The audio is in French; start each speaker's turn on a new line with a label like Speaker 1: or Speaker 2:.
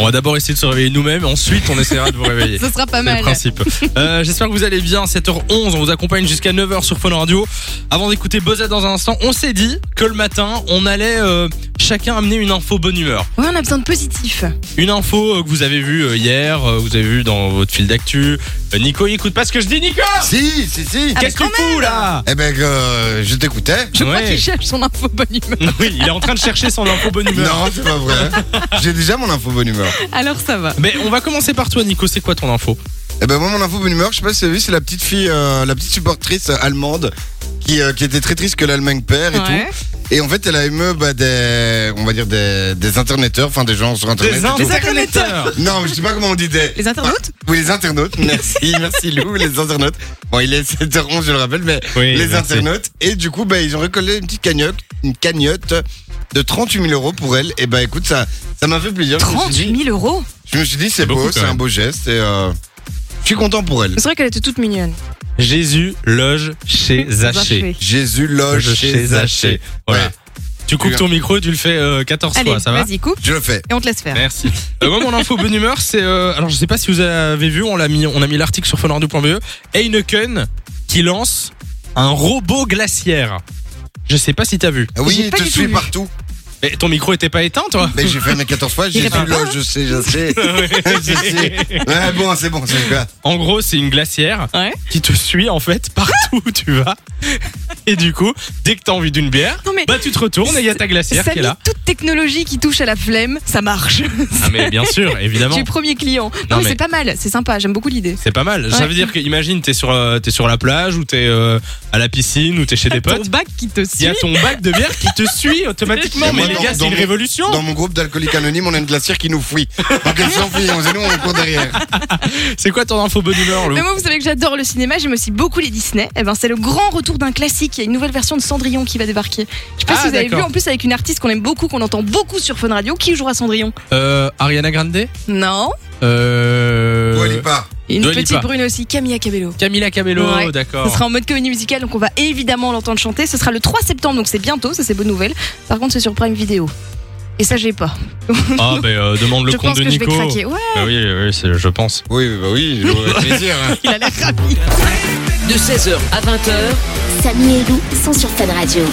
Speaker 1: On va d'abord essayer de se réveiller nous-mêmes, ensuite on essaiera de vous réveiller.
Speaker 2: Ce sera pas
Speaker 1: C'est le
Speaker 2: mal.
Speaker 1: principe. Euh, J'espère que vous allez bien. 7h11, on vous accompagne jusqu'à 9h sur Phone Radio. Avant d'écouter Buzzet dans un instant, on s'est dit que le matin, on allait euh, chacun amener une info bonne humeur.
Speaker 2: Ouais, on a besoin de positif.
Speaker 1: Une info euh, que vous avez vue euh, hier, euh, vous avez vue dans votre fil d'actu. Euh, Nico, il écoute pas ce que je dis, Nico
Speaker 3: Si, si, si.
Speaker 2: Ah,
Speaker 1: Qu'est-ce que
Speaker 2: mais
Speaker 1: tu fous là
Speaker 3: Eh ben, euh, je t'écoutais.
Speaker 2: Je crois
Speaker 1: Ouais.
Speaker 2: qu'il cherche son info bonne humeur.
Speaker 1: Oui, il est en train de chercher son info bonne humeur.
Speaker 3: Non, c'est pas vrai. J'ai déjà mon info bonne humeur.
Speaker 2: Alors ça va.
Speaker 1: Mais on va commencer par toi, Nico. C'est quoi ton info
Speaker 3: Eh ben, moi, mon info bonne humeur, je sais pas si vous avez vu, c'est la petite fille, euh, la petite supportrice euh, allemande qui, euh, qui était très triste que l'Allemagne perd et
Speaker 2: Ouais.
Speaker 3: tout. Et en fait, elle a ému bah, des, on va dire des, des interneteurs, enfin des gens sur internet. et tout.
Speaker 2: internet.
Speaker 1: interconnecteurs.
Speaker 3: Non, mais je sais pas comment on dit des.
Speaker 2: Les internautes
Speaker 1: Ah,
Speaker 3: Oui, les internautes. Merci, merci Lou, les internautes. Bon, il est 7h11, je le rappelle, mais
Speaker 1: Oui,
Speaker 3: les
Speaker 1: merci.
Speaker 3: internautes. Et du coup, bah, ils ont récolté une petite cagnotte, une cagnotte de 38 000 euros pour elle. Et bah, écoute, ça, ça m'a fait plaisir. Je me suis
Speaker 2: 38
Speaker 3: dit-
Speaker 2: 000 euros
Speaker 3: Je me suis dit, c'est
Speaker 1: beaucoup,
Speaker 3: beau,
Speaker 1: quand
Speaker 3: c'est
Speaker 1: même.
Speaker 3: un beau geste. Et euh, je suis content pour elle.
Speaker 2: C'est vrai qu'elle était toute mignonne.
Speaker 1: Jésus loge chez Zaché.
Speaker 2: Zaché.
Speaker 3: Jésus
Speaker 1: Loge
Speaker 3: loge
Speaker 1: Oh, chez
Speaker 3: chez
Speaker 1: Zaché.
Speaker 3: Haché.
Speaker 1: Voilà.
Speaker 3: Ouais.
Speaker 1: Tu coupes ton micro et tu le fais euh, 14
Speaker 2: Allez,
Speaker 1: fois, ça va
Speaker 2: vas-y, coupe
Speaker 3: Je le fais.
Speaker 2: et on te laisse faire.
Speaker 1: Merci. Euh, moi, mon info bonne humeur, c'est. euh, alors, je sais pas si vous avez vu, on, l'a mis, on a mis l'article sur fonardu.be. E. Heineken qui lance un robot glaciaire. Je sais pas si t'as vu.
Speaker 3: Ah
Speaker 2: J'ai
Speaker 3: Oui,
Speaker 2: pas
Speaker 3: je te
Speaker 2: du tout
Speaker 3: suis
Speaker 2: vu.
Speaker 3: partout.
Speaker 1: Mais ton micro était pas éteint, toi
Speaker 3: Mais j'ai fait mes 14 fois, Jésus
Speaker 2: répond
Speaker 3: loge, je sais, je sais. je sais. Ouais, bon, c'est bon, c'est quoi
Speaker 1: En gros, c'est une glacière
Speaker 2: Ouais.
Speaker 1: qui te suit en fait partout où tu vas. Et du coup, dès que t'as envie d'une bière,
Speaker 2: Non mais
Speaker 1: bah tu te retournes et il y a ta glacière
Speaker 2: ça
Speaker 1: qui est là.
Speaker 2: toute technologie qui touche à la flemme, ça marche.
Speaker 1: Ah mais bien sûr,
Speaker 2: Je
Speaker 1: évidemment.
Speaker 2: suis premier client.
Speaker 1: Non,
Speaker 2: Non, mais,
Speaker 1: mais-
Speaker 2: c'est pas mal, c'est sympa, j'aime beaucoup l'idée.
Speaker 1: C'est pas mal. Ça
Speaker 2: Ouais.
Speaker 1: veut dire que imagine t'es sur euh, t'es sur la plage ou t'es euh, à la piscine ou t'es chez des
Speaker 2: Ton
Speaker 1: potes.
Speaker 2: bac qui te
Speaker 1: Il y
Speaker 2: suit.
Speaker 1: a ton bac de bière qui te suit automatiquement.
Speaker 3: Et
Speaker 1: Mais
Speaker 3: moi,
Speaker 1: les
Speaker 3: dans-
Speaker 1: gars, c'est
Speaker 3: dans
Speaker 1: une
Speaker 3: mon-
Speaker 1: révolution.
Speaker 3: Dans mon groupe d'alcooliques anonymes, on a une glacière qui nous fouille. Donc elle s'enfuit, on et nous, on court derrière.
Speaker 1: C'est quoi ton info bonne humeur, Lou
Speaker 2: Mais moi, vous savez que j'adore le cinéma, j'aime aussi beaucoup les Disney. Et ben, c'est le grand retour d'un classique. Il y a une nouvelle version de Cendrillon qui va débarquer. Je sais pas
Speaker 1: Ah,
Speaker 2: si vous avez vu,
Speaker 1: d'accord.
Speaker 2: en plus, avec une artiste qu'on aime beaucoup, qu'on entend beaucoup sur Fun Radio, qui jouera Cendrillon.
Speaker 1: Euh, Ariana Grande.
Speaker 2: Non.
Speaker 1: Euh,
Speaker 3: Dua Lipa.
Speaker 2: Et une
Speaker 1: Dua
Speaker 2: petite
Speaker 1: Lipa.
Speaker 2: brune aussi, Camilla Cabello.
Speaker 1: Camila Cabello.
Speaker 2: Ouais. Ce
Speaker 1: D'accord.
Speaker 2: sera en mode comédie musicale, donc on va évidemment l'entendre chanter. Ce sera le 3 septembre, donc c'est bientôt, ça c'est bonne nouvelle. Par contre, c'est sur Prime Vidéo. Et ça, j'ai pas.
Speaker 1: Ah ben euh, demande le
Speaker 2: je
Speaker 1: compte
Speaker 2: pense
Speaker 1: de
Speaker 2: que je vais
Speaker 1: Nico.
Speaker 2: craquer. Ouais,
Speaker 1: Bah oui, oui, c'est- je pense.
Speaker 3: Oui, bah oui, avec plaisir. hein.
Speaker 2: il a l'air ravi.
Speaker 4: De 16h à 20h,
Speaker 5: Samy et Lou sont sur Fan Radio.